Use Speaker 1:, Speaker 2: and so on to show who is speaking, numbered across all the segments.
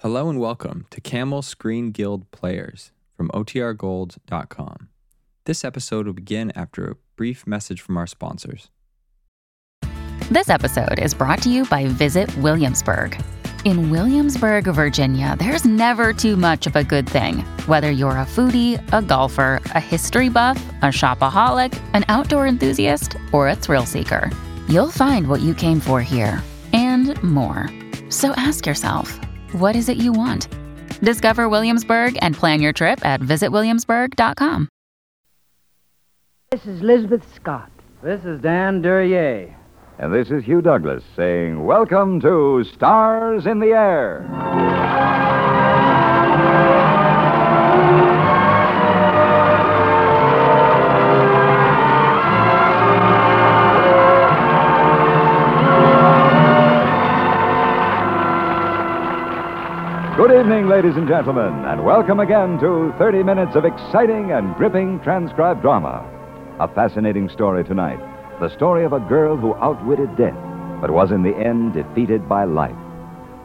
Speaker 1: Hello and welcome to Camel Screen Guild Players from OTRGold.com. This episode will begin after a brief message from our sponsors.
Speaker 2: This episode is brought to you by Visit Williamsburg. In Williamsburg, Virginia, there's never too much of a good thing. Whether you're a foodie, a golfer, a history buff, a shopaholic, an outdoor enthusiast, or a thrill seeker, you'll find what you came for here and more. So ask yourself, what is it you want? Discover Williamsburg and plan your trip at visitwilliamsburg.com.
Speaker 3: This is Lisbeth Scott.
Speaker 4: This is Dan Duryea.
Speaker 5: And this is Hugh Douglas saying, Welcome to Stars in the Air. Good evening, ladies and gentlemen, and welcome again to 30 minutes of exciting and gripping transcribed drama. A fascinating story tonight the story of a girl who outwitted death, but was in the end defeated by life.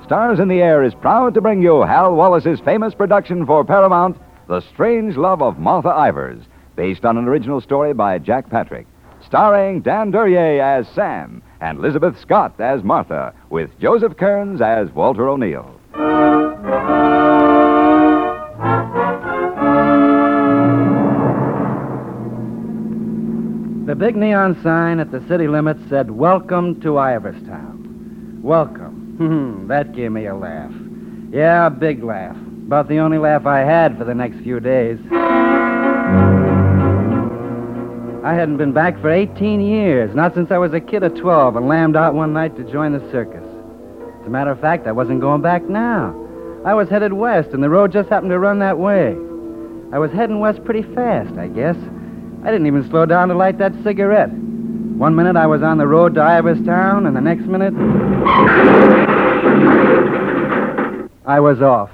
Speaker 5: Stars in the Air is proud to bring you Hal Wallace's famous production for Paramount, The Strange Love of Martha Ivers, based on an original story by Jack Patrick, starring Dan Duryea as Sam and Elizabeth Scott as Martha, with Joseph Kearns as Walter O'Neill.
Speaker 4: The big neon sign at the city limits said, Welcome to Iverstown. Welcome. Hmm, that gave me a laugh. Yeah, a big laugh. About the only laugh I had for the next few days. I hadn't been back for 18 years, not since I was a kid of 12 and lammed out one night to join the circus. As a matter of fact, I wasn't going back now. I was headed west, and the road just happened to run that way. I was heading west pretty fast, I guess. I didn't even slow down to light that cigarette. One minute I was on the road to Iverstown, and the next minute. I was off.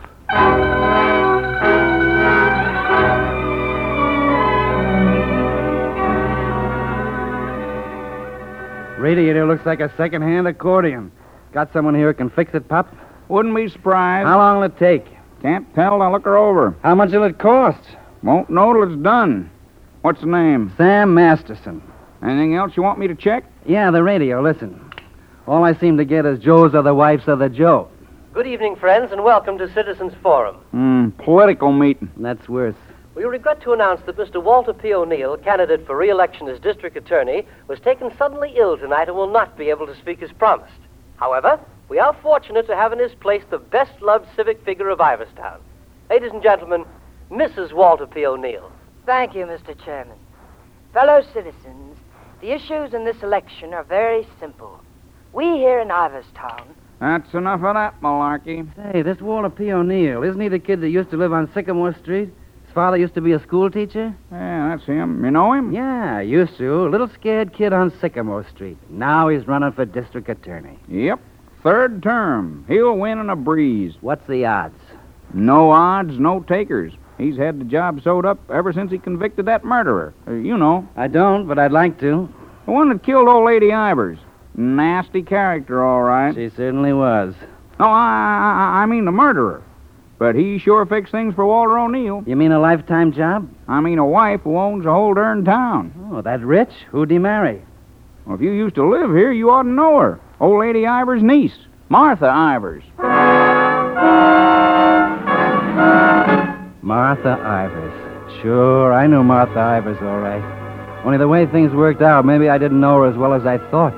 Speaker 4: Radiator looks like a second-hand accordion. Got someone here who can fix it, Pop?
Speaker 6: Wouldn't be surprised.
Speaker 4: How long will it take?
Speaker 6: Can't tell. I'll look her over.
Speaker 4: How much will it cost?
Speaker 6: Won't know till it's done. What's the name?
Speaker 4: Sam Masterson.
Speaker 6: Anything else you want me to check?
Speaker 4: Yeah, the radio. Listen. All I seem to get is Joe's other wife's other Joe.
Speaker 3: Good evening, friends, and welcome to Citizens Forum.
Speaker 6: Hmm, political meeting.
Speaker 4: And that's worse.
Speaker 3: We regret to announce that Mr. Walter P. O'Neill, candidate for re-election as district attorney, was taken suddenly ill tonight and will not be able to speak as promised. However, we are fortunate to have in his place the best-loved civic figure of Iverstown. Ladies and gentlemen, Mrs. Walter P. O'Neill.
Speaker 7: Thank you, Mr. Chairman. Fellow citizens, the issues in this election are very simple. We here in Iverstown,
Speaker 6: That's enough of that malarkey.
Speaker 4: Hey, this Walter P. O'Neill, isn't he the kid that used to live on Sycamore Street? His father used to be a school teacher?
Speaker 6: Yeah, that's him. You know him?
Speaker 4: Yeah, used to. A little scared kid on Sycamore Street. Now he's running for district attorney.
Speaker 6: Yep. Third term. He'll win in a breeze.
Speaker 4: What's the odds?
Speaker 6: No odds, no takers. He's had the job sewed up ever since he convicted that murderer. Uh, you know,
Speaker 4: I don't, but I'd like to.
Speaker 6: the one that killed old Lady Ivers. Nasty character, all right.
Speaker 4: She certainly was.
Speaker 6: No, I, I, I mean the murderer. But he sure fixed things for Walter O'Neill.
Speaker 4: You mean a lifetime job?
Speaker 6: I mean a wife who owns a whole darn town.
Speaker 4: Oh, that rich? Who'd he marry?
Speaker 6: Well, if you used to live here, you ought to know her. Old Lady Ivers' niece, Martha Ivers.
Speaker 4: Martha Ivers. Sure, I knew Martha Ivers all right. Only the way things worked out, maybe I didn't know her as well as I thought.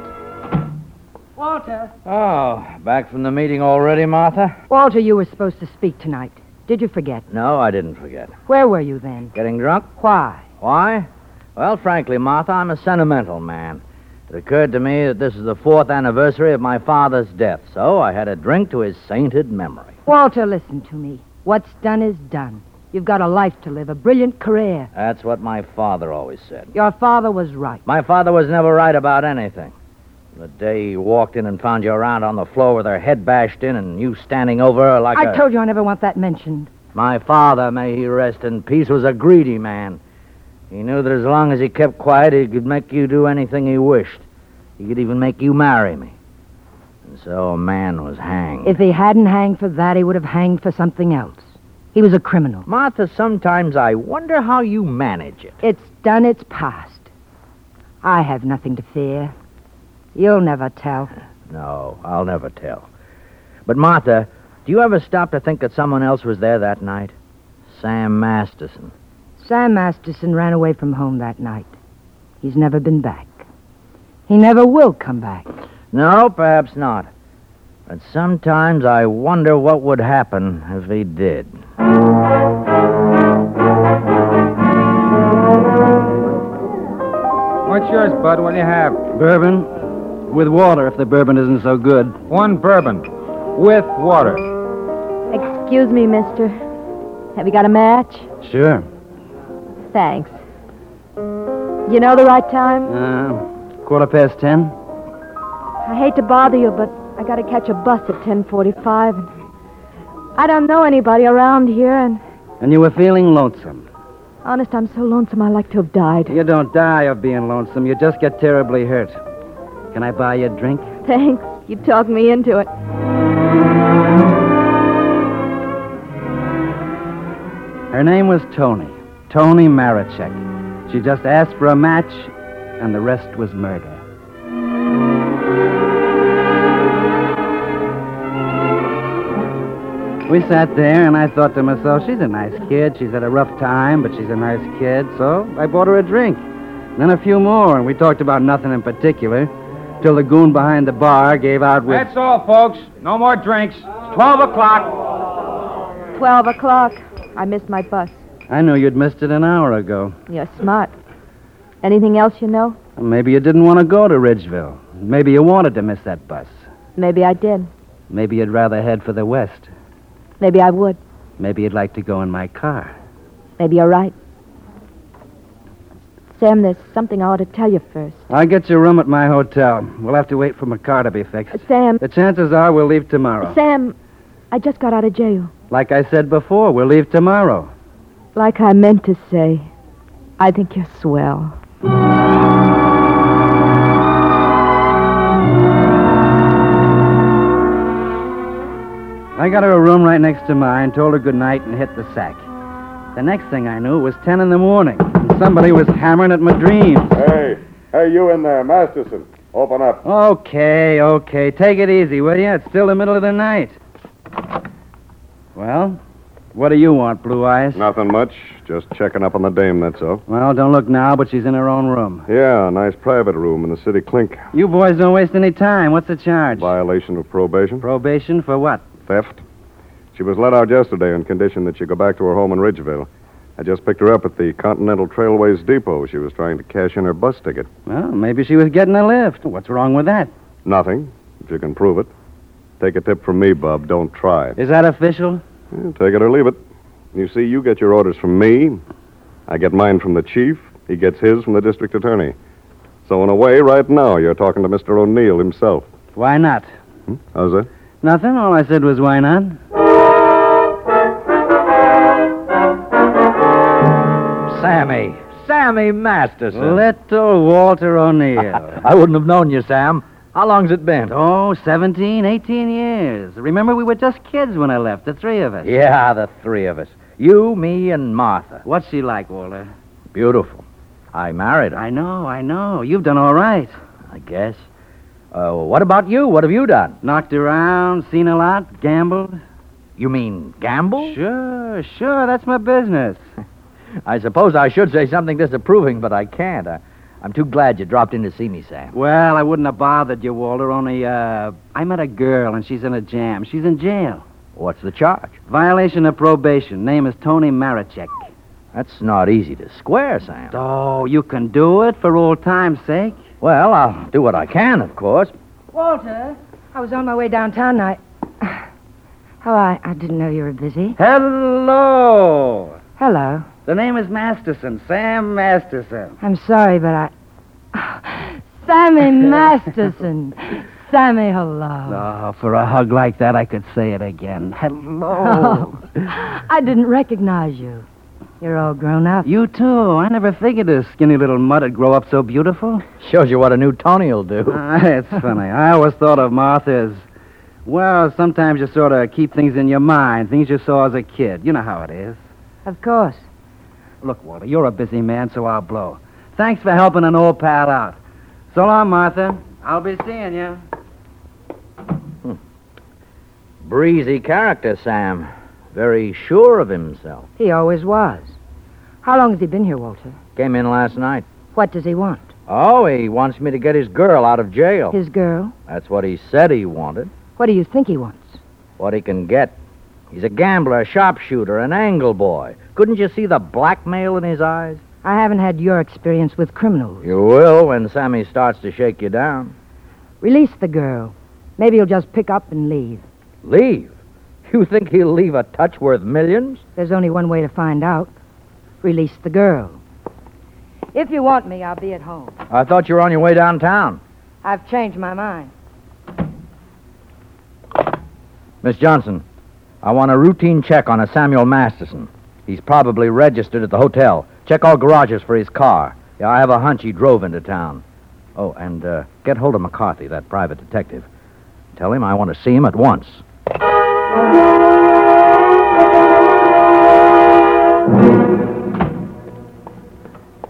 Speaker 7: Walter.
Speaker 8: Oh, back from the meeting already, Martha?
Speaker 7: Walter, you were supposed to speak tonight. Did you forget?
Speaker 8: No, I didn't forget.
Speaker 7: Where were you then?
Speaker 8: Getting drunk?
Speaker 7: Why?
Speaker 8: Why? Well, frankly, Martha, I'm a sentimental man. It occurred to me that this is the fourth anniversary of my father's death, so I had a drink to his sainted memory.
Speaker 7: Walter, listen to me. What's done is done. You've got a life to live, a brilliant career.
Speaker 8: That's what my father always said.
Speaker 7: Your father was right.
Speaker 8: My father was never right about anything. The day he walked in and found you around on the floor with her head bashed in and you standing over her like a
Speaker 7: I told you I never want that mentioned.
Speaker 8: My father, may he rest in peace, was a greedy man. He knew that as long as he kept quiet, he could make you do anything he wished. He could even make you marry me. And so a man was hanged.
Speaker 9: If he hadn't hanged for that, he would have hanged for something else. He was a criminal.
Speaker 8: Martha, sometimes I wonder how you manage it.
Speaker 9: It's done its past. I have nothing to fear. You'll never tell.
Speaker 8: No, I'll never tell. But, Martha, do you ever stop to think that someone else was there that night? Sam Masterson.
Speaker 9: Sam Masterson ran away from home that night. He's never been back. He never will come back.
Speaker 8: No, perhaps not. But sometimes I wonder what would happen if he did.
Speaker 6: What's yours, Bud? What do you have?
Speaker 4: Bourbon? With water, if the bourbon isn't so good.
Speaker 6: One bourbon. With water.
Speaker 10: Excuse me, mister. Have you got a match?
Speaker 4: Sure.
Speaker 10: Thanks. You know the right time?
Speaker 4: Uh, quarter past ten?
Speaker 10: I hate to bother you, but I gotta catch a bus at 1045. And I don't know anybody around here, and
Speaker 4: And you were feeling lonesome.
Speaker 10: honest, I'm so lonesome I'd like to have died.
Speaker 4: You don't die of being lonesome. You just get terribly hurt. Can I buy you a drink?
Speaker 10: Thanks. You talked me into it.
Speaker 4: Her name was Tony. Tony Marichek. She just asked for a match, and the rest was murder. We sat there, and I thought to myself, she's a nice kid. She's had a rough time, but she's a nice kid. So I bought her a drink, then a few more, and we talked about nothing in particular. Till the goon behind the bar gave out with.
Speaker 6: That's all, folks. No more drinks. It's 12 o'clock.
Speaker 10: 12 o'clock. I missed my bus.
Speaker 4: I knew you'd missed it an hour ago.
Speaker 10: You're smart. Anything else you know?
Speaker 4: Maybe you didn't want to go to Ridgeville. Maybe you wanted to miss that bus.
Speaker 10: Maybe I did.
Speaker 4: Maybe you'd rather head for the west.
Speaker 10: Maybe I would.
Speaker 4: Maybe you'd like to go in my car.
Speaker 10: Maybe you're right. Sam, there's something I ought to tell you first.
Speaker 4: I'll get you a room at my hotel. We'll have to wait for my car to be fixed.
Speaker 10: Sam,
Speaker 4: The chances are we'll leave tomorrow.
Speaker 10: Sam, I just got out of jail.
Speaker 4: Like I said before, we'll leave tomorrow.
Speaker 10: Like I meant to say, I think you're swell.
Speaker 4: I got her a room right next to mine, told her good night, and hit the sack. The next thing I knew, it was 10 in the morning. and Somebody was hammering at my dream.
Speaker 11: Hey, hey, you in there, Masterson. Open up.
Speaker 4: Okay, okay. Take it easy, will you? It's still the middle of the night. Well, what do you want, Blue Eyes?
Speaker 11: Nothing much. Just checking up on the dame, that's all.
Speaker 4: Well, don't look now, but she's in her own room.
Speaker 11: Yeah, a nice private room in the city clink.
Speaker 4: You boys don't waste any time. What's the charge?
Speaker 11: Violation of probation.
Speaker 4: Probation for what?
Speaker 11: Theft. She was let out yesterday on condition that she go back to her home in Ridgeville. I just picked her up at the Continental Trailways Depot. She was trying to cash in her bus ticket.
Speaker 4: Well, maybe she was getting a lift. What's wrong with that?
Speaker 11: Nothing, if you can prove it. Take a tip from me, Bob. Don't try.
Speaker 4: Is that official?
Speaker 11: Yeah, take it or leave it. You see, you get your orders from me. I get mine from the chief. He gets his from the district attorney. So, in a way, right now, you're talking to Mr. O'Neill himself.
Speaker 4: Why not?
Speaker 11: How's that?
Speaker 4: Nothing. All I said was, why not?
Speaker 8: Sammy. Sammy Masterson.
Speaker 4: Little Walter O'Neill.
Speaker 8: I wouldn't have known you, Sam. How long's it been?
Speaker 4: oh, 17, 18 years. Remember, we were just kids when I left, the three of us.
Speaker 8: Yeah, the three of us. You, me, and Martha.
Speaker 4: What's she like, Walter?
Speaker 8: Beautiful. I married her,
Speaker 4: I know, I know. You've done all right.
Speaker 8: I guess. Uh, what about you? What have you done?
Speaker 4: Knocked around, seen a lot, gambled.
Speaker 8: You mean gamble?
Speaker 4: Sure, sure, that's my business.
Speaker 8: I suppose I should say something disapproving, but I can't. I, I'm too glad you dropped in to see me, Sam.
Speaker 4: Well, I wouldn't have bothered you, Walter, only, uh, I met a girl and she's in a jam. She's in jail.
Speaker 8: What's the charge?
Speaker 4: Violation of probation. Name is Tony Marichek.
Speaker 8: That's not easy to square, Sam.
Speaker 4: Oh, you can do it for old time's sake.
Speaker 8: Well, I'll do what I can, of course.
Speaker 9: Walter, I was on my way downtown and I. Oh, I, I didn't know you were busy.
Speaker 4: Hello.
Speaker 9: Hello.
Speaker 4: The name is Masterson, Sam Masterson.
Speaker 9: I'm sorry, but I. Sammy Masterson. Sammy, hello.
Speaker 4: Oh, for a hug like that, I could say it again. Hello.
Speaker 9: I didn't recognize you. You're all grown up.
Speaker 4: You too. I never figured this skinny little mutt'd grow up so beautiful.
Speaker 8: Shows you what a new Tony will do.
Speaker 4: it's Ah, funny. I always thought of Martha as, well, sometimes you sort of keep things in your mind, things you saw as a kid. You know how it is.
Speaker 9: Of course.
Speaker 4: Look, Walter, you're a busy man, so I'll blow. Thanks for helping an old pal out. So long, Martha. I'll be seeing you.
Speaker 8: Hmm. Breezy character, Sam. Very sure of himself.
Speaker 9: He always was. How long has he been here, Walter?
Speaker 8: Came in last night.
Speaker 9: What does he want?
Speaker 8: Oh, he wants me to get his girl out of jail.
Speaker 9: His girl?
Speaker 8: That's what he said he wanted.
Speaker 9: What do you think he wants?
Speaker 8: What he can get. He's a gambler, a sharpshooter, an angle boy. Couldn't you see the blackmail in his eyes?
Speaker 9: I haven't had your experience with criminals.
Speaker 8: You will when Sammy starts to shake you down.
Speaker 9: Release the girl. Maybe he'll just pick up and leave.
Speaker 8: Leave? You think he'll leave a touch worth millions?
Speaker 9: There's only one way to find out. Release the girl. If you want me, I'll be at home.
Speaker 8: I thought you were on your way downtown.
Speaker 9: I've changed my mind.
Speaker 8: Miss Johnson, I want a routine check on a Samuel Masterson. He's probably registered at the hotel. Check all garages for his car. Yeah, I have a hunch he drove into town. Oh, and uh, get hold of McCarthy, that private detective. Tell him I want to see him at once.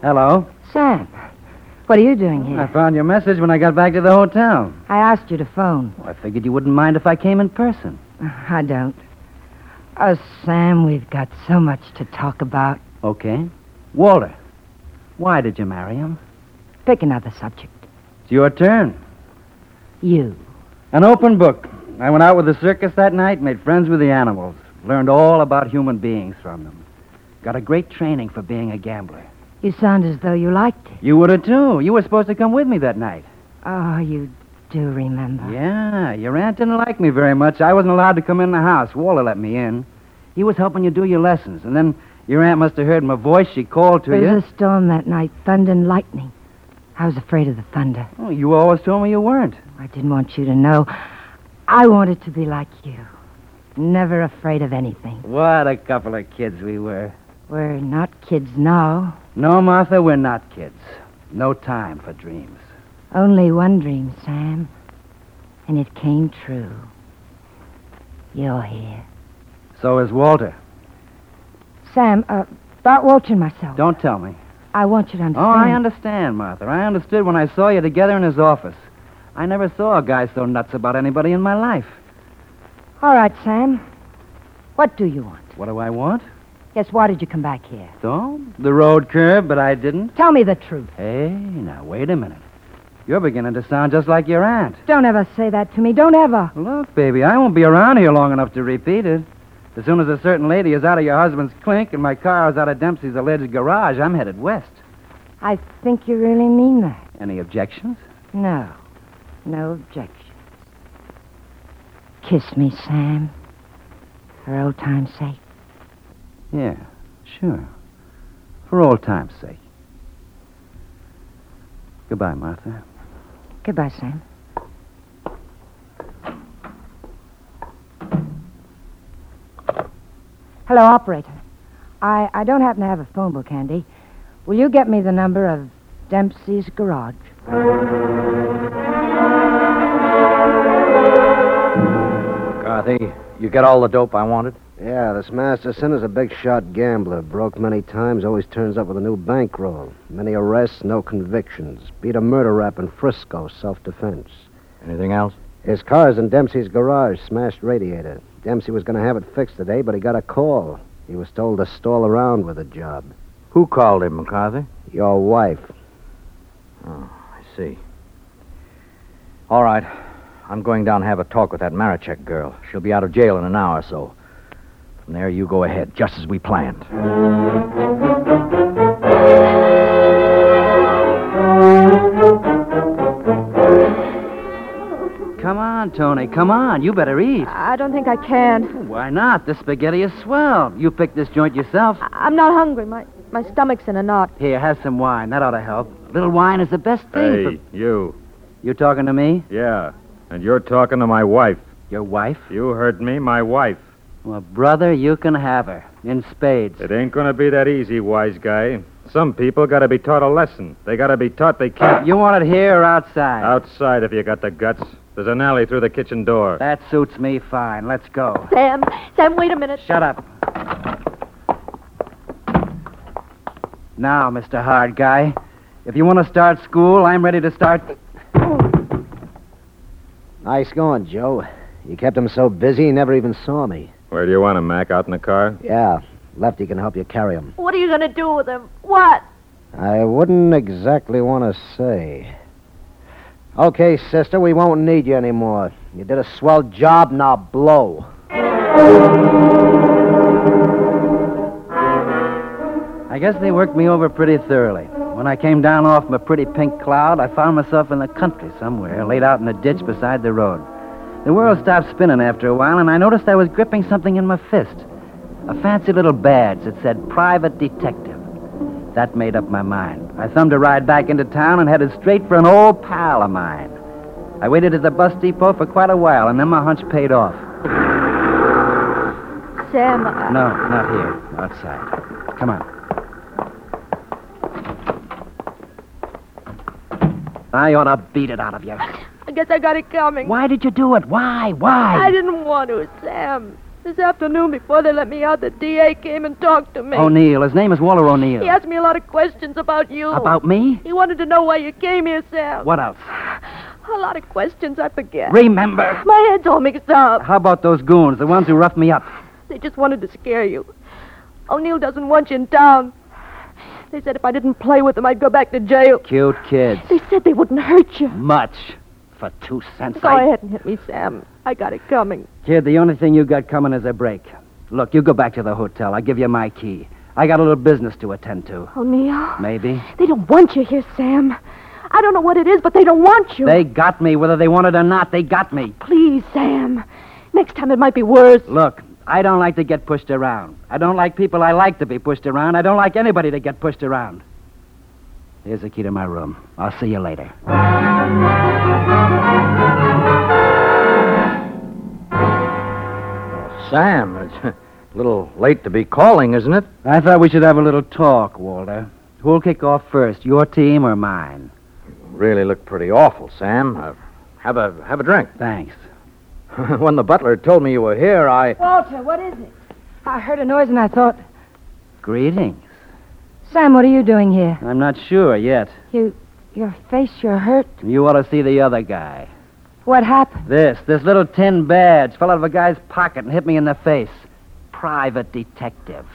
Speaker 4: Hello.
Speaker 9: Sam, what are you doing here?
Speaker 4: I found your message when I got back to the hotel.
Speaker 9: I asked you to phone.
Speaker 4: Well, I figured you wouldn't mind if I came in person.
Speaker 9: I don't. Oh, Sam, we've got so much to talk about.
Speaker 4: Okay. Walter, why did you marry him?
Speaker 9: Pick another subject.
Speaker 4: It's your turn.
Speaker 9: You.
Speaker 4: An open book. I went out with the circus that night, made friends with the animals, learned all about human beings from them. Got a great training for being a gambler.
Speaker 9: You sound as though you liked it.
Speaker 4: You would have, too. You were supposed to come with me that night.
Speaker 9: Oh, you do remember.
Speaker 4: Yeah, your aunt didn't like me very much. I wasn't allowed to come in the house. Walter let me in. He was helping you do your lessons, and then your aunt must have heard my voice. She called to
Speaker 9: there
Speaker 4: you.
Speaker 9: was a storm that night, thunder and lightning. I was afraid of the thunder.
Speaker 4: Oh, you always told me you weren't.
Speaker 9: I didn't want you to know. I wanted to be like you. Never afraid of anything.
Speaker 4: What a couple of kids we were.
Speaker 9: We're not kids now.
Speaker 4: No, Martha, we're not kids. No time for dreams.
Speaker 9: Only one dream, Sam. And it came true. You're here.
Speaker 4: So is Walter.
Speaker 9: Sam, uh, about Walter and myself.
Speaker 4: Don't tell me.
Speaker 9: I want you to understand.
Speaker 4: Oh, I understand, Martha. I understood when I saw you together in his office. I never saw a guy so nuts about anybody in my life.
Speaker 9: All right, Sam. What do you want?
Speaker 4: What do I want?
Speaker 9: Yes, why did you come back here?
Speaker 4: So? The road curb, but I didn't.
Speaker 9: Tell me the truth.
Speaker 4: Hey, now, wait a minute. You're beginning to sound just like your aunt.
Speaker 9: Don't ever say that to me. Don't ever.
Speaker 4: Look, baby, I won't be around here long enough to repeat it. As soon as a certain lady is out of your husband's clink and my car is out of Dempsey's alleged garage, I'm headed west.
Speaker 9: I think you really mean that.
Speaker 4: Any objections?
Speaker 9: No. No objections. Kiss me, Sam. For old time's sake.
Speaker 4: Yeah, sure. For old time's sake. Goodbye, Martha.
Speaker 9: Goodbye, Sam. Hello, operator. I, I don't happen to have a phone book handy. Will you get me the number of Dempsey's Garage?
Speaker 8: McCarthy, you get all the dope I wanted?
Speaker 12: Yeah, this Masterson is a big shot gambler. Broke many times, always turns up with a new bankroll. Many arrests, no convictions. Beat a murder rap in Frisco, self defense.
Speaker 8: Anything else?
Speaker 12: His car's in Dempsey's garage, smashed radiator. Dempsey was going to have it fixed today, but he got a call. He was told to stall around with the job.
Speaker 8: Who called him, McCarthy?
Speaker 12: Your wife.
Speaker 8: Oh, I see. All right. I'm going down and have a talk with that Marichek girl. She'll be out of jail in an hour or so. From there, you go ahead, just as we planned.
Speaker 4: Come on, Tony. Come on. You better eat.
Speaker 10: I don't think I can.
Speaker 4: Why not? This spaghetti is swell. You picked this joint yourself.
Speaker 10: I- am not hungry. My my stomach's in a knot.
Speaker 4: Here, have some wine. That ought to help. A little wine is the best thing.
Speaker 13: Hey,
Speaker 4: for-
Speaker 13: you.
Speaker 4: You talking to me?
Speaker 13: Yeah. And you're talking to my wife.
Speaker 4: Your wife?
Speaker 13: You heard me, my wife.
Speaker 4: Well, brother, you can have her in spades.
Speaker 11: It ain't gonna be that easy, wise guy. Some people gotta be taught a lesson. They gotta be taught they can't.
Speaker 4: You want it here or outside?
Speaker 5: Uh.
Speaker 11: Outside if you got the guts. There's an alley through the kitchen door.
Speaker 4: That suits me fine. Let's go.
Speaker 10: Sam, Sam, wait a minute.
Speaker 4: Shut up. Now, Mr. Hard Guy, if you want to start school, I'm ready to start.
Speaker 14: Nice going, Joe. You kept him so busy he never even saw me.
Speaker 11: Where do you want him, Mac? Out in the car?
Speaker 14: Yeah, Lefty can help you carry him.
Speaker 10: What are you going to do with him? What?
Speaker 14: I wouldn't exactly want to say. Okay, sister, we won't need you anymore. You did a swell job, now blow.
Speaker 4: I guess they worked me over pretty thoroughly. When I came down off my pretty pink cloud, I found myself in the country somewhere, laid out in a ditch beside the road. The world stopped spinning after a while, and I noticed I was gripping something in my fist. A fancy little badge that said Private Detective. That made up my mind. I thumbed a ride back into town and headed straight for an old pal of mine. I waited at the bus depot for quite a while, and then my hunch paid off.
Speaker 10: Sam,
Speaker 4: No,
Speaker 10: I-
Speaker 4: not here. Outside. Come on. I ought to beat it out of you.
Speaker 10: I guess I got it coming.
Speaker 4: Why did you do it? Why? Why?
Speaker 10: I didn't want to, Sam. This afternoon, before they let me out, the DA came and talked to me.
Speaker 4: O'Neill. His name is Waller O'Neill.
Speaker 10: He asked me a lot of questions about you.
Speaker 4: About me?
Speaker 10: He wanted to know why you came here, Sam.
Speaker 4: What else?
Speaker 10: A lot of questions I forget.
Speaker 4: Remember.
Speaker 10: My head's all mixed up.
Speaker 4: How about those goons, the ones who roughed me up?
Speaker 10: They just wanted to scare you. O'Neill doesn't want you in town. They said if I didn't play with them, I'd go back to jail.
Speaker 4: Cute kids.
Speaker 10: They said they wouldn't hurt you.
Speaker 4: Much. For two cents.
Speaker 10: Go
Speaker 4: I-
Speaker 10: ahead and hit me, Sam. I got it coming.
Speaker 4: Kid, the only thing you got coming is a break. Look, you go back to the hotel. I'll give you my key. I got a little business to attend to.
Speaker 10: O'Neill,
Speaker 4: Maybe.
Speaker 10: they don't want you here, Sam. I don't know what it is, but they don't want you.
Speaker 4: They got me, whether they wanted or not. They got me.
Speaker 10: Please, Sam. Next time it might be worse.
Speaker 4: Look, I don't like to get pushed around. I don't like people I like to be pushed around. I don't like anybody to get pushed around. Here's the key to my room. I'll see you later.
Speaker 5: Sam, it's a little late to be calling, isn't it?
Speaker 4: I thought we should have a little talk, Walter. Who'll kick off first, your team or mine?
Speaker 5: Really look pretty awful, Sam. Uh, have a have a drink.
Speaker 4: Thanks.
Speaker 5: when the butler told me you were here, I
Speaker 9: Walter, what is it? I heard a noise and I thought,
Speaker 4: Greetings.
Speaker 9: Sam, what are you doing here?
Speaker 4: I'm not sure yet.
Speaker 9: You, your face, you're hurt.
Speaker 4: You ought to see the other guy.
Speaker 9: What happened?
Speaker 4: This, this little tin badge fell out of a guy's pocket and hit me in the face. Private detective.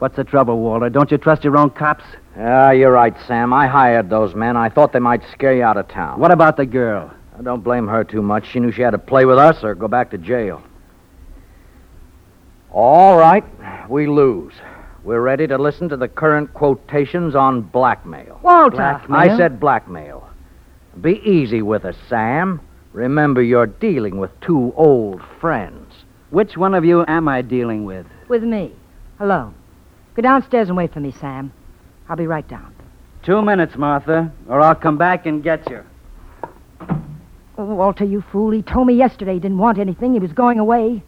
Speaker 4: What's the trouble, Walter? Don't you trust your own cops?
Speaker 5: Ah, you're right, Sam. I hired those men. I thought they might scare you out of town.
Speaker 4: What about the girl?
Speaker 5: I don't blame her too much. She knew she had to play with us or go back to jail. All right, we lose. We're ready to listen to the current quotations on blackmail.
Speaker 9: Walter!
Speaker 5: I said blackmail. Be easy with us, Sam. Remember, you're dealing with two old friends.
Speaker 4: Which one of you am I dealing with?
Speaker 9: With me. Alone. Go downstairs and wait for me, Sam. I'll be right down.
Speaker 4: Two minutes, Martha, or I'll come back and get you.
Speaker 9: Oh, Walter, you fool. He told me yesterday he didn't want anything. He was going away.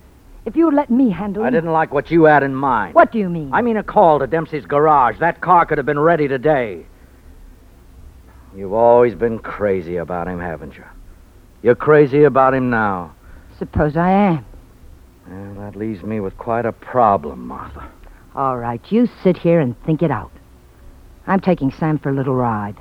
Speaker 9: If you'd let me handle
Speaker 5: I
Speaker 9: him-
Speaker 5: didn't like what you had in mind.
Speaker 9: What do you mean?
Speaker 5: I mean a call to Dempsey's garage. That car could have been ready today. You've always been crazy about him, haven't you? You're crazy about him now.
Speaker 9: Suppose I am.
Speaker 5: Well, that leaves me with quite a problem, Martha.
Speaker 9: All right, you sit here and think it out. I'm taking Sam for a little ride.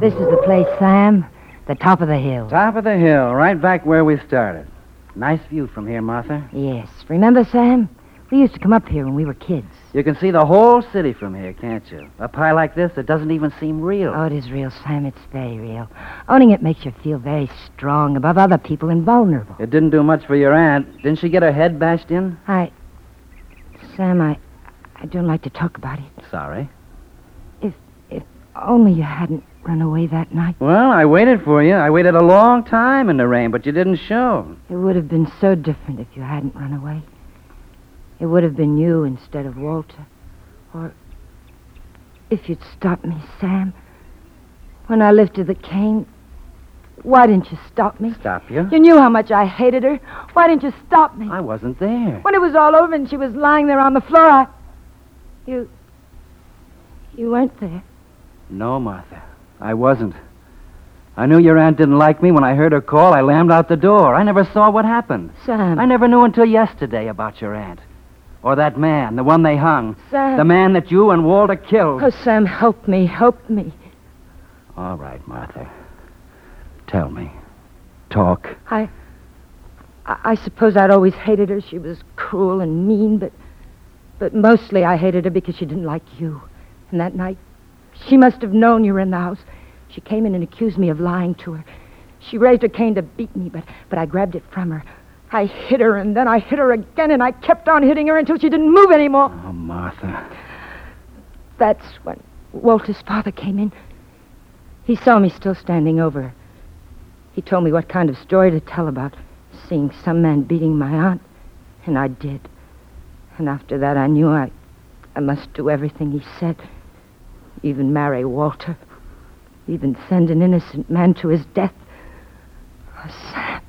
Speaker 9: This is the place, Sam. The top of the hill.
Speaker 4: Top of the hill, right back where we started. Nice view from here, Martha.
Speaker 9: Yes. Remember, Sam? We used to come up here when we were kids.
Speaker 4: You can see the whole city from here, can't you? Up high like this, it doesn't even seem real.
Speaker 9: Oh, it is real, Sam. It's very real. Owning it makes you feel very strong above other people and vulnerable.
Speaker 4: It didn't do much for your aunt. Didn't she get her head bashed in?
Speaker 9: I. Sam, I. I don't like to talk about it.
Speaker 4: Sorry.
Speaker 9: Only you hadn't run away that night.
Speaker 4: Well, I waited for you. I waited a long time in the rain, but you didn't show.
Speaker 9: It would have been so different if you hadn't run away. It would have been you instead of Walter. Or. If you'd stopped me, Sam. When I lifted the cane, why didn't you stop me?
Speaker 4: Stop you?
Speaker 9: You knew how much I hated her. Why didn't you stop me?
Speaker 4: I wasn't there.
Speaker 9: When it was all over and she was lying there on the floor, I. You. You weren't there.
Speaker 4: No, Martha. I wasn't. I knew your aunt didn't like me. When I heard her call, I lammed out the door. I never saw what happened.
Speaker 9: Sam.
Speaker 4: I never knew until yesterday about your aunt. Or that man, the one they hung.
Speaker 9: Sam.
Speaker 4: The man that you and Walter killed.
Speaker 9: Oh, Sam, help me. Help me.
Speaker 4: All right, Martha. Tell me. Talk.
Speaker 9: I. I I suppose I'd always hated her. She was cruel and mean, but. But mostly I hated her because she didn't like you. And that night, she must have known you were in the house. She came in and accused me of lying to her. She raised her cane to beat me, but, but I grabbed it from her. I hit her, and then I hit her again, and I kept on hitting her until she didn't move anymore.
Speaker 4: Oh, Martha.
Speaker 9: That's when Walter's father came in. He saw me still standing over her. He told me what kind of story to tell about seeing some man beating my aunt, and I did. And after that, I knew I, I must do everything he said, even marry Walter, even send an innocent man to his death. Oh, Sam,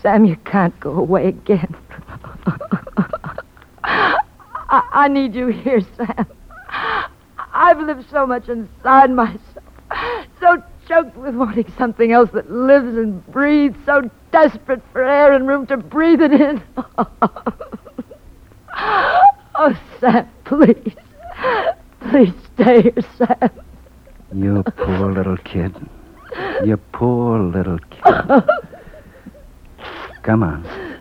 Speaker 9: Sam, you can't go away again. I, I need you here, Sam. I've lived so much inside myself, so choked with wanting something else that lives and breathes, so desperate for air and room to breathe it in. oh, Sam, please. Please stay here, Sam.
Speaker 4: You poor little kid. You poor little kid. Come on.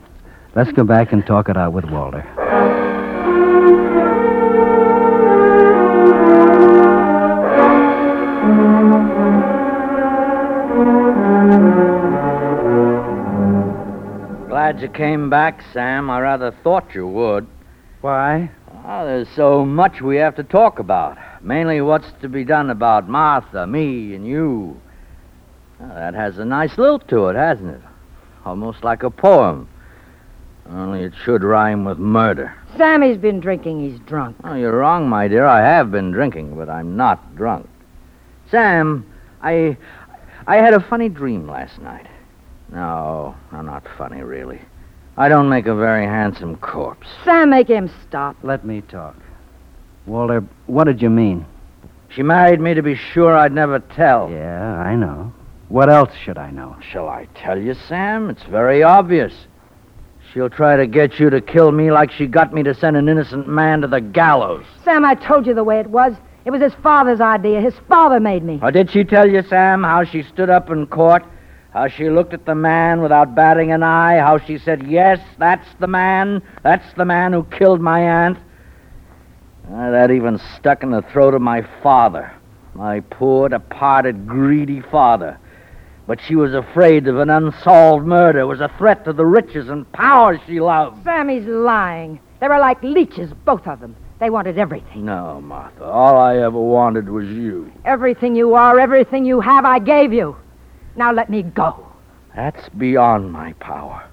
Speaker 4: Let's go back and talk it out with Walter.
Speaker 8: Glad you came back, Sam. I rather thought you would.
Speaker 4: Why?
Speaker 8: Well, there's so much we have to talk about. Mainly what's to be done about Martha, me, and you. Well, that has a nice lilt to it, hasn't it? Almost like a poem. Only it should rhyme with murder.
Speaker 9: Sammy's been drinking. He's drunk.
Speaker 8: Oh, you're wrong, my dear. I have been drinking, but I'm not drunk. Sam, I. I had a funny dream last night. No, no, not funny, really. I don't make a very handsome corpse.
Speaker 9: Sam, make him stop.
Speaker 4: Let me talk. Walter, what did you mean?
Speaker 8: She married me to be sure I'd never tell.
Speaker 4: Yeah, I know. What else should I know?
Speaker 8: Shall I tell you, Sam? It's very obvious. She'll try to get you to kill me like she got me to send an innocent man to the gallows.
Speaker 9: Sam, I told you the way it was. It was his father's idea. His father made me.
Speaker 8: Or did she tell you, Sam, how she stood up in court, how she looked at the man without batting an eye, how she said, Yes, that's the man, that's the man who killed my aunt? Uh, that even stuck in the throat of my father, my poor, departed, greedy father. But she was afraid of an unsolved murder, was a threat to the riches and power she loved.
Speaker 9: Sammy's lying. They were like leeches, both of them. They wanted everything.
Speaker 8: No, Martha, all I ever wanted was you.
Speaker 9: Everything you are, everything you have, I gave you. Now let me go.
Speaker 8: That's beyond my power.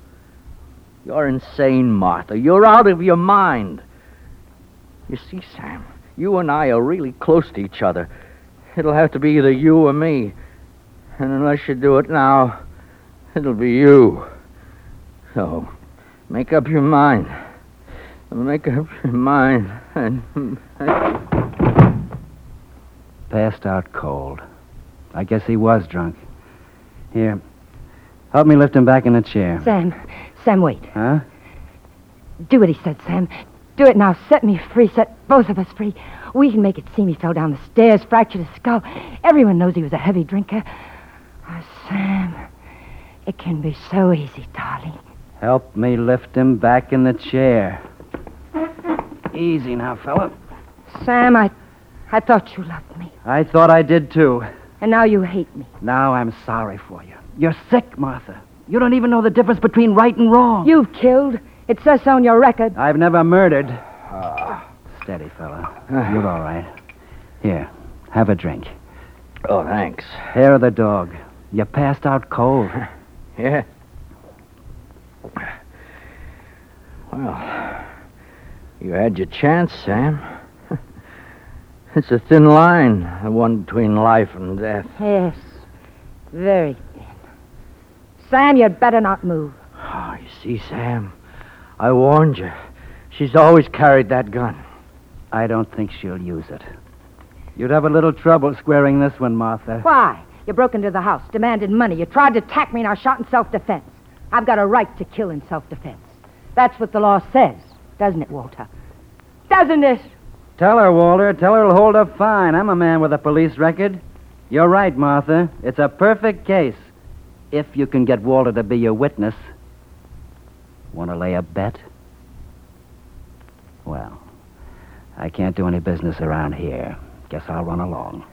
Speaker 8: You're insane, Martha. You're out of your mind. You see, Sam, you and I are really close to each other. It'll have to be either you or me. And unless you do it now, it'll be you. So, make up your mind. Make up your mind. And
Speaker 4: Passed out cold. I guess he was drunk. Here, help me lift him back in the chair.
Speaker 9: Sam, Sam, wait.
Speaker 4: Huh?
Speaker 9: Do what he said, Sam. Do it now. Set me free. Set both of us free. We can make it seem he fell down the stairs, fractured his skull. Everyone knows he was a heavy drinker. Oh, Sam, it can be so easy, darling.
Speaker 4: Help me lift him back in the chair. Easy now, fella.
Speaker 9: Sam, I, I thought you loved me,
Speaker 4: I thought I did too.
Speaker 9: and now you hate me.
Speaker 4: Now I'm sorry for you. You're sick, Martha. You don't even know the difference between right and wrong.
Speaker 9: You've killed. It says so on your record.
Speaker 4: I've never murdered.
Speaker 8: Ah.
Speaker 4: Steady, fella. You're all right. Here, have a drink.
Speaker 8: Oh, thanks.
Speaker 4: Hair of the dog. You passed out cold.
Speaker 8: Yeah. Well, you had your chance, Sam. It's a thin line, the one between life and death.
Speaker 9: Yes, very thin. Sam, you'd better not move.
Speaker 8: Oh, you see, Sam, I warned you. She's always carried that gun.
Speaker 4: I don't think she'll use it. You'd have a little trouble squaring this one, Martha.
Speaker 9: Why? You broke into the house, demanded money. You tried to attack me, and I shot in self defense. I've got a right to kill in self defense. That's what the law says, doesn't it, Walter? Doesn't it?
Speaker 4: Tell her, Walter. Tell her it'll hold up fine. I'm a man with a police record. You're right, Martha. It's a perfect case. If you can get Walter to be your witness. Want to lay a bet? Well, I can't do any business around here. Guess I'll run along.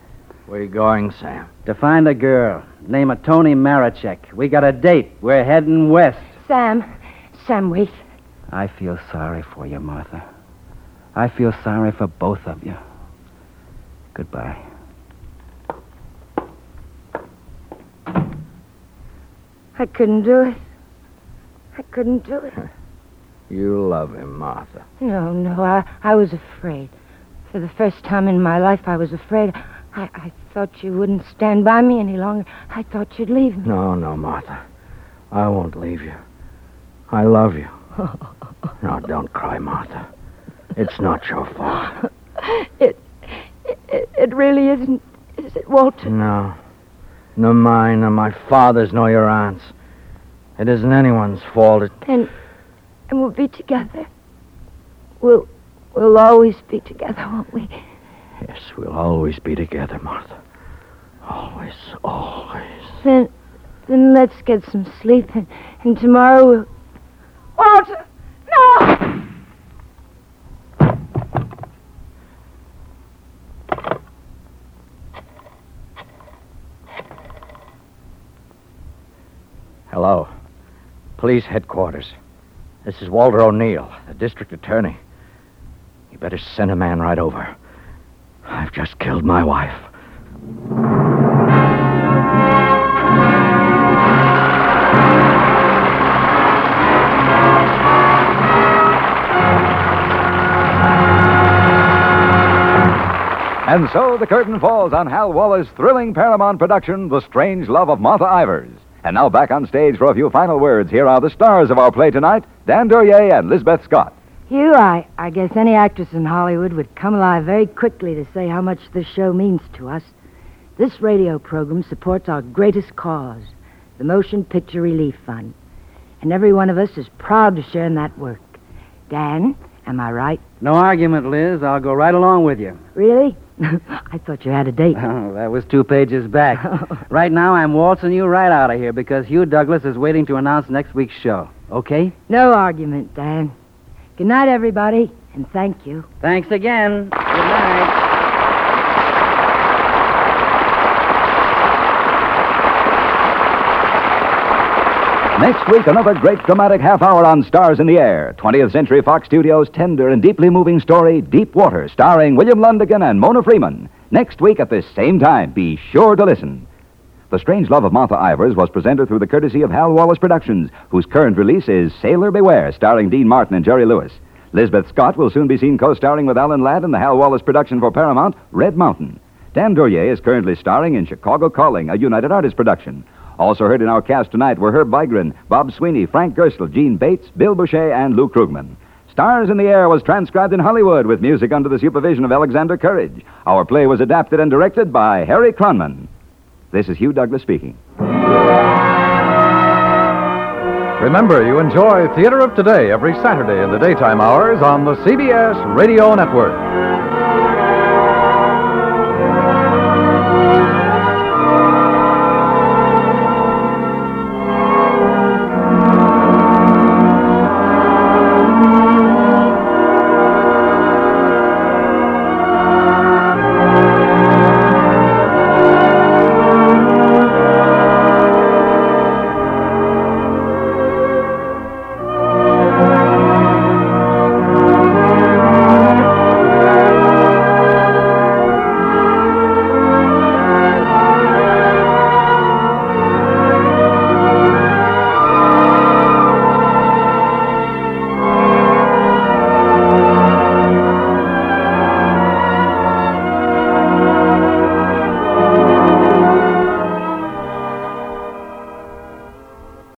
Speaker 8: Where you going, Sam?
Speaker 4: To find a girl. Name of Tony Marichek. We got a date. We're heading west.
Speaker 9: Sam, Sam, wait.
Speaker 4: I feel sorry for you, Martha. I feel sorry for both of you. Goodbye.
Speaker 9: I couldn't do it. I couldn't do it.
Speaker 8: You love him, Martha.
Speaker 9: No, no, I, I was afraid. For the first time in my life, I was afraid. I, I thought you wouldn't stand by me any longer. I thought you'd leave me.
Speaker 8: No, no, Martha. I won't leave you. I love you. No, don't cry, Martha. It's not your fault.
Speaker 10: It, it, it really isn't, is it, Walter?
Speaker 8: No. Nor mine, nor my father's, nor your aunt's. It isn't anyone's fault. It,
Speaker 10: And, and we'll be together. We'll, we'll always be together, won't we?
Speaker 8: yes, we'll always be together, Martha. Always, always.
Speaker 10: Then, then let's get some sleep, and, and tomorrow we'll.
Speaker 9: Walter! No!
Speaker 8: Hello. Police headquarters. This is Walter O'Neill, the district attorney. You better send a man right over. I've just killed my wife.
Speaker 5: And so the curtain falls on Hal Waller's thrilling Paramount production, The Strange Love of Martha Ivers. And now back on stage for a few final words. Here are the stars of our play tonight Dan Duryea and Lisbeth Scott.
Speaker 9: Hugh, I, I guess any actress in Hollywood would come alive very quickly to say how much this show means to us. This radio program supports our greatest cause, the Motion Picture Relief Fund. And every one of us is proud to share in that work. Dan, am I right?
Speaker 4: No argument, Liz. I'll go right along with you.
Speaker 9: Really? I thought you had a date.
Speaker 4: Oh, that was two pages back. right now, I'm waltzing you right out of here because Hugh Douglas is waiting to announce next week's show. Okay?
Speaker 9: No argument, Dan. Good night, everybody, and thank you.
Speaker 4: Thanks again. Good night.
Speaker 5: Next week, another great dramatic half hour on Stars in the Air. 20th Century Fox Studios' tender and deeply moving story, Deep Water, starring William Lundigan and Mona Freeman. Next week at this same time, be sure to listen. The Strange Love of Martha Ivers was presented through the courtesy of Hal Wallace Productions, whose current release is Sailor Beware, starring Dean Martin and Jerry Lewis. Lisbeth Scott will soon be seen co starring with Alan Ladd in the Hal Wallace production for Paramount, Red Mountain. Dan Duryea is currently starring in Chicago Calling, a United Artists production. Also heard in our cast tonight were Herb Bygren, Bob Sweeney, Frank Gerstle, Gene Bates, Bill Boucher, and Lou Krugman. Stars in the Air was transcribed in Hollywood with music under the supervision of Alexander Courage. Our play was adapted and directed by Harry Cronman. This is Hugh Douglas speaking.
Speaker 15: Remember, you enjoy Theater of Today every Saturday in the daytime hours on the CBS Radio Network.